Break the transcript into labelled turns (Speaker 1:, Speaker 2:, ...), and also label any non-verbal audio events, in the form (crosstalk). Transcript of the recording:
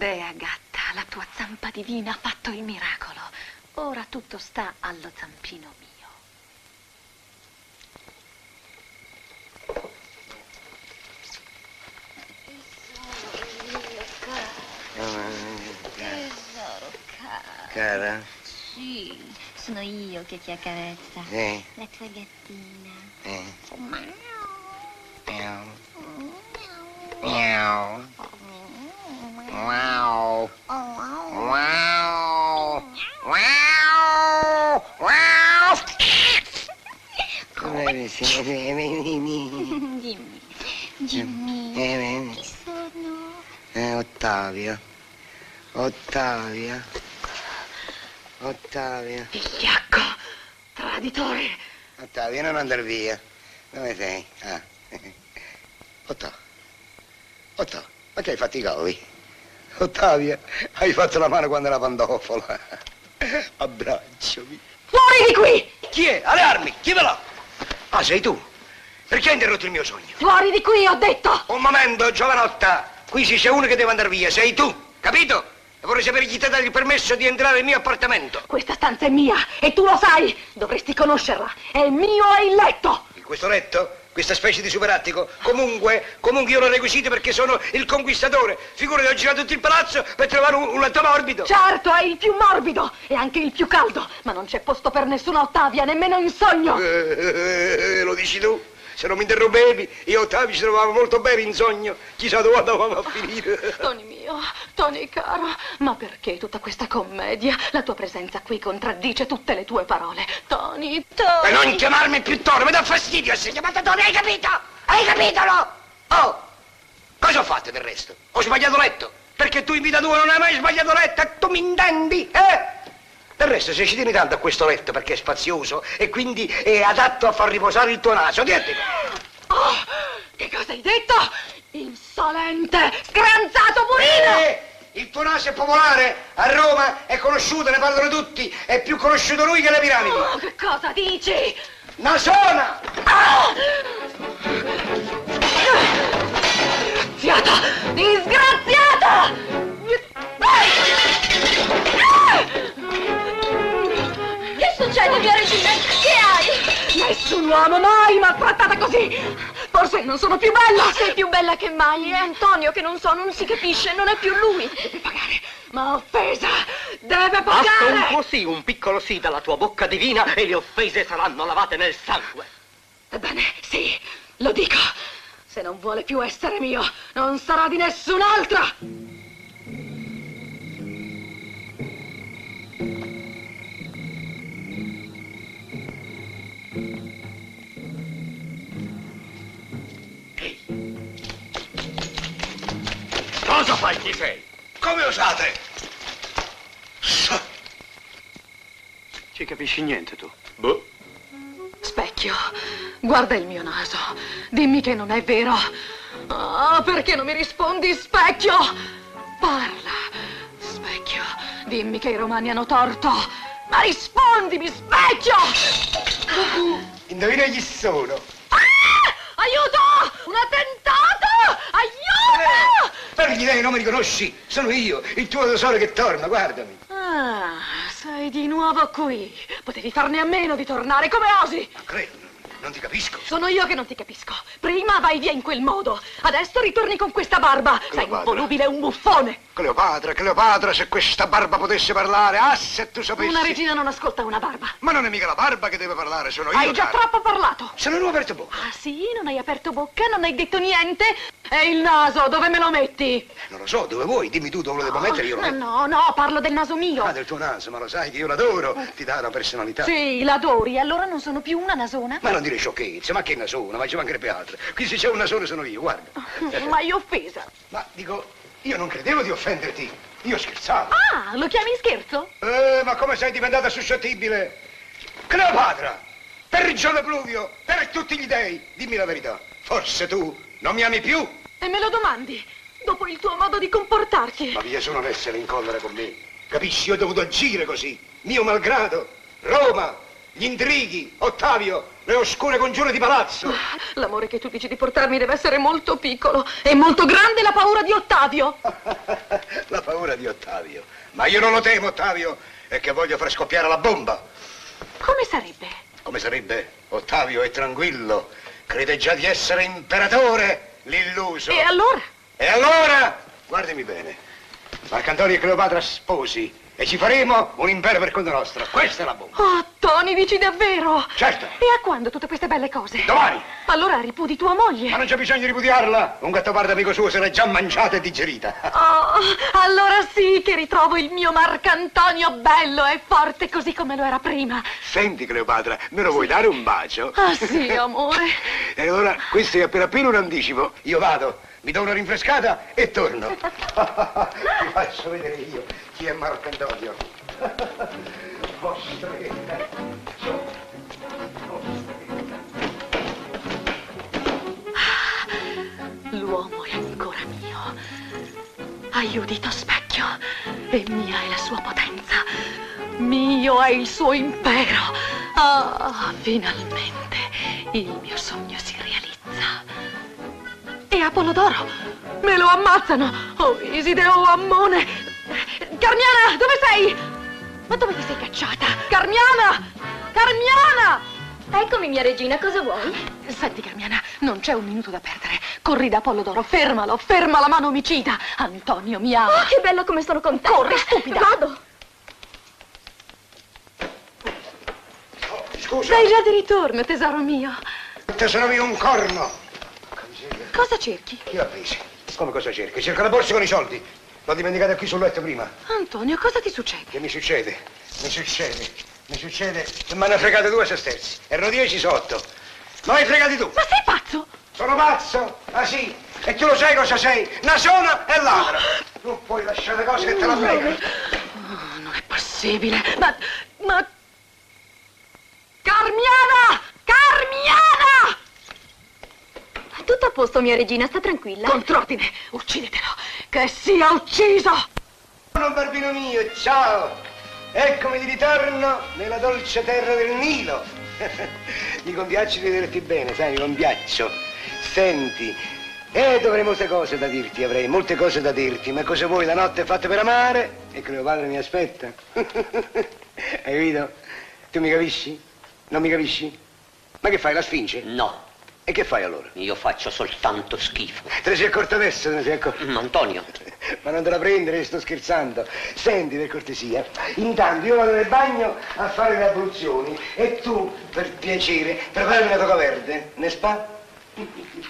Speaker 1: Dea gatta, la tua zampa divina ha fatto il miracolo. Ora tutto sta allo zampino mio.
Speaker 2: Tesoro mio caro, tesoro caro.
Speaker 3: Cara?
Speaker 2: Sì, sono io che ti accarezza.
Speaker 3: Sì.
Speaker 2: La tua gattina.
Speaker 3: Eh.
Speaker 2: Miau.
Speaker 3: Miau.
Speaker 2: Miau. Miau.
Speaker 3: Miau. Wow.
Speaker 2: Miau.
Speaker 3: Wow. Wow. Wow. Come siete? Benini.
Speaker 2: Dimmi, Jimmy,
Speaker 3: Eh, bene.
Speaker 2: chi sono?
Speaker 3: Eh, Ottavia. Ottavia. Ottavia.
Speaker 1: Vigliacco, traditore,
Speaker 3: Ottavia, non andare via. Dove sei? Ah. (laughs) Ottavia. Ottavia, ma che hai fatto i cavi? Ottavia, hai fatto la mano quando era (laughs) pandofola. Abbracciami.
Speaker 1: fuori di qui!
Speaker 3: Chi è? Alle armi, chi ve l'ha? Ah, sei tu. Perché hai interrotto il mio sogno?
Speaker 1: Fuori di qui, ho detto!
Speaker 3: Un momento, giovanotta. Qui ci c'è uno che deve andare via, sei tu, capito? E vorrei sapere chi ti ha dato il permesso di entrare nel mio appartamento.
Speaker 1: Questa stanza è mia e tu lo sai! Dovresti conoscerla! È mio e il letto!
Speaker 3: In questo letto? Questa specie di superattico? Comunque, comunque io l'ho requisito perché sono il conquistatore. Figurati, ho girato tutto il palazzo per trovare un, un letto morbido.
Speaker 1: Certo, è il più morbido e anche il più caldo, ma non c'è posto per nessuna Ottavia, nemmeno in sogno!
Speaker 3: Eh, eh, lo dici tu? Se non mi interrompevi, io e Ottavio ci trovavamo molto bene in sogno. Chissà dove andavamo a finire.
Speaker 1: Tony mio, Tony caro, ma perché tutta questa commedia? La tua presenza qui contraddice tutte le tue parole. Tony, Tony...
Speaker 3: E non chiamarmi più Toro, mi dà fastidio essere chiamata Toro, hai capito? Hai capito, no? Oh, cosa ho fatto del resto? Ho sbagliato letto, perché tu in vita tua non hai mai sbagliato letto, tu mi intendi, eh? Del resto, se ci tieni tanto a questo letto perché è spazioso e quindi è adatto a far riposare il tuo naso, dietro.
Speaker 1: Oh, che cosa hai detto? Insolente, scranzato burino!
Speaker 3: Eh, il tuo naso è popolare, a Roma è conosciuto, ne parlano tutti, è più conosciuto lui che le piramidi.
Speaker 1: Oh, che cosa dici?
Speaker 3: Nasona!
Speaker 1: Disgraziata! Disgraziata!
Speaker 4: Ah!
Speaker 2: Che succede, mia regina? Che hai?
Speaker 1: Nessun uomo mai mi ha trattata così! Forse non sono più bella!
Speaker 4: Sei più bella che mai, è Antonio che non so, non si capisce, non è più lui.
Speaker 1: Deve pagare! Ma offesa! Deve
Speaker 5: Basta un tuo
Speaker 1: pagare!
Speaker 5: sì, un piccolo sì dalla tua bocca divina e le offese saranno lavate nel sangue.
Speaker 1: Ebbene, sì, lo dico! Se non vuole più essere mio, non sarà di nessun'altra!
Speaker 5: Cosa fai chi sei?
Speaker 3: Come osate?
Speaker 5: Ci capisci niente tu.
Speaker 3: Boh.
Speaker 1: Specchio, guarda il mio naso. Dimmi che non è vero. Ah, perché non mi rispondi, specchio? Parla, specchio. Dimmi che i romani hanno torto. Ma rispondimi, specchio!
Speaker 3: Indovina chi sono.
Speaker 1: Ah! Aiuto! Un attentato! Aiuto!
Speaker 3: Perdi lei, non mi riconosci? Sono io, il tuo tesoro che torna, guardami.
Speaker 1: Ah, sei di nuovo qui. Potevi farne a meno di tornare. Come osi?
Speaker 3: Ma credo, non ti capisco.
Speaker 1: Sono io che non ti capisco. Prima vai via in quel modo. Adesso ritorni con questa barba. Sei un
Speaker 3: barba?
Speaker 1: volubile, un buffone.
Speaker 3: Cleopatra, Cleopatra, se questa barba potesse parlare, ah, se tu sapessi.
Speaker 1: Una regina non ascolta una barba.
Speaker 3: Ma non è mica la barba che deve parlare, sono io.
Speaker 1: Hai già
Speaker 3: cara.
Speaker 1: troppo parlato.
Speaker 3: Sono nuovo aperto bocca.
Speaker 1: Ah sì? Non hai aperto bocca, non hai detto niente? E il naso, dove me lo metti?
Speaker 3: Eh, Non lo so, dove vuoi? Dimmi tu dove lo devo mettere, io lo
Speaker 1: no,
Speaker 3: metto.
Speaker 1: no, no, parlo del naso mio.
Speaker 3: Ah, del tuo naso, ma lo sai che io l'adoro. Ti dà una personalità.
Speaker 1: Sì, l'adori, allora non sono più una nasona?
Speaker 3: Ma non dire sciocchezze, ma che nasone, ma ci mancherebbe altro. Qui se c'è un nasone sono io, guarda.
Speaker 1: Ma hai offesa.
Speaker 3: Ma dico, io non credevo di offenderti. Io scherzavo.
Speaker 1: Ah, lo chiami scherzo?
Speaker 3: Eh, ma come sei diventata suscettibile? Cleopatra, per Giove Pluvio, per tutti gli dei, dimmi la verità. Forse tu non mi ami più?
Speaker 1: E me lo domandi, dopo il tuo modo di comportarti.
Speaker 3: Ma via, se non essere in collera con me. Capisci, io ho dovuto agire così, mio malgrado. Roma, gli intrighi, Ottavio, le oscure congiure di palazzo.
Speaker 1: L'amore che tu dici di portarmi deve essere molto piccolo e molto grande la paura di Ottavio.
Speaker 3: (laughs) la paura di Ottavio. Ma io non lo temo, Ottavio, è che voglio far scoppiare la bomba.
Speaker 1: Come sarebbe?
Speaker 3: Come sarebbe? Ottavio è tranquillo, crede già di essere imperatore, l'illuso.
Speaker 1: E allora?
Speaker 3: E allora, guardami bene, Marcantonio e Cleopatra sposi e ci faremo un impero per conto nostro. Questa è la bomba.
Speaker 1: Oh, Tony, dici davvero?
Speaker 3: Certo.
Speaker 1: E a quando tutte queste belle cose?
Speaker 3: Domani.
Speaker 1: Allora ripudi tua moglie.
Speaker 3: Ma non c'è bisogno di ripudiarla. Un gattopardo amico suo se l'è già mangiata e digerita. (laughs)
Speaker 1: Oh, allora sì che ritrovo il mio Marcantonio bello e forte così come lo era prima.
Speaker 3: Senti, Cleopatra, me lo vuoi dare un bacio?
Speaker 1: Ah sì, amore.
Speaker 3: E allora, questo è appena appena un anticipo. Io vado, mi do una rinfrescata e torno. Ti faccio vedere io chi è (laughs) Marcantonio. Postretta.
Speaker 1: L'uomo è ancora mio. Aiutito specchio. E mia è la sua potenza. Mio è il suo impero. Ah, finalmente il mio sogno si realizza. E Apollodoro? Me lo ammazzano! Oh, Isideo Ammone! Carmiana, dove sei? Ma dove ti sei cacciata? Carmiana! Carmiana!
Speaker 2: Eccomi, mia regina, cosa vuoi?
Speaker 1: Eh? Senti, Carmiana, non c'è un minuto da perdere. Corri da Apollodoro, fermalo, ferma la mano omicida. Antonio mi ama.
Speaker 2: Oh, che bello come sono contenta!
Speaker 1: Corri, stupida.
Speaker 2: Vado!
Speaker 3: Oh, Scusa,
Speaker 1: Sei già di ritorno, tesoro mio.
Speaker 3: te sono io un corno.
Speaker 1: Cosa cerchi?
Speaker 3: Chi l'ha presa? Come cosa cerca? Cerca la borsa con i soldi. L'ho dimenticata qui sul letto prima.
Speaker 1: Antonio, cosa ti succede?
Speaker 3: Che mi succede? Mi succede? Mi succede? che Mi hanno fregato due sesterzi. Erano dieci sotto. Ma hai fregati tu.
Speaker 1: Ma sei pazzo?
Speaker 3: Sono pazzo? Ah sì? E tu lo sai cosa sei? Nasona e ladro. Non puoi lasciare cose che te la fregano.
Speaker 1: Oh, non è possibile. Ma. ma. Carmiana! Carmiana!
Speaker 2: Tutto a posto, mia regina, sta tranquilla.
Speaker 1: Contrordine, uccidetelo. Che sia ucciso!
Speaker 3: Buono barbino mio, ciao! Eccomi di ritorno nella dolce terra del Nilo. (laughs) mi compiaccio di vederti bene, sai, mi compiaccio. Senti, eh, dovrei molte cose da dirti, avrei molte cose da dirti, ma cosa vuoi? La notte è fatta per amare e Cleopatra mi aspetta. (laughs) Hai capito? Tu mi capisci? Non mi capisci? Ma che fai, la sfinge?
Speaker 5: No,
Speaker 3: E che fai allora?
Speaker 5: io faccio soltanto schifo.
Speaker 3: Te ne sei accorto adesso, te ne sei accorto?
Speaker 5: Mm, Antonio,
Speaker 3: Ma non te la prendere, sto scherzando. Senti, per cortesia, intanto io vado nel bagno a fare le abluzioni e tu, per piacere, preparami una toga verde, ne spa?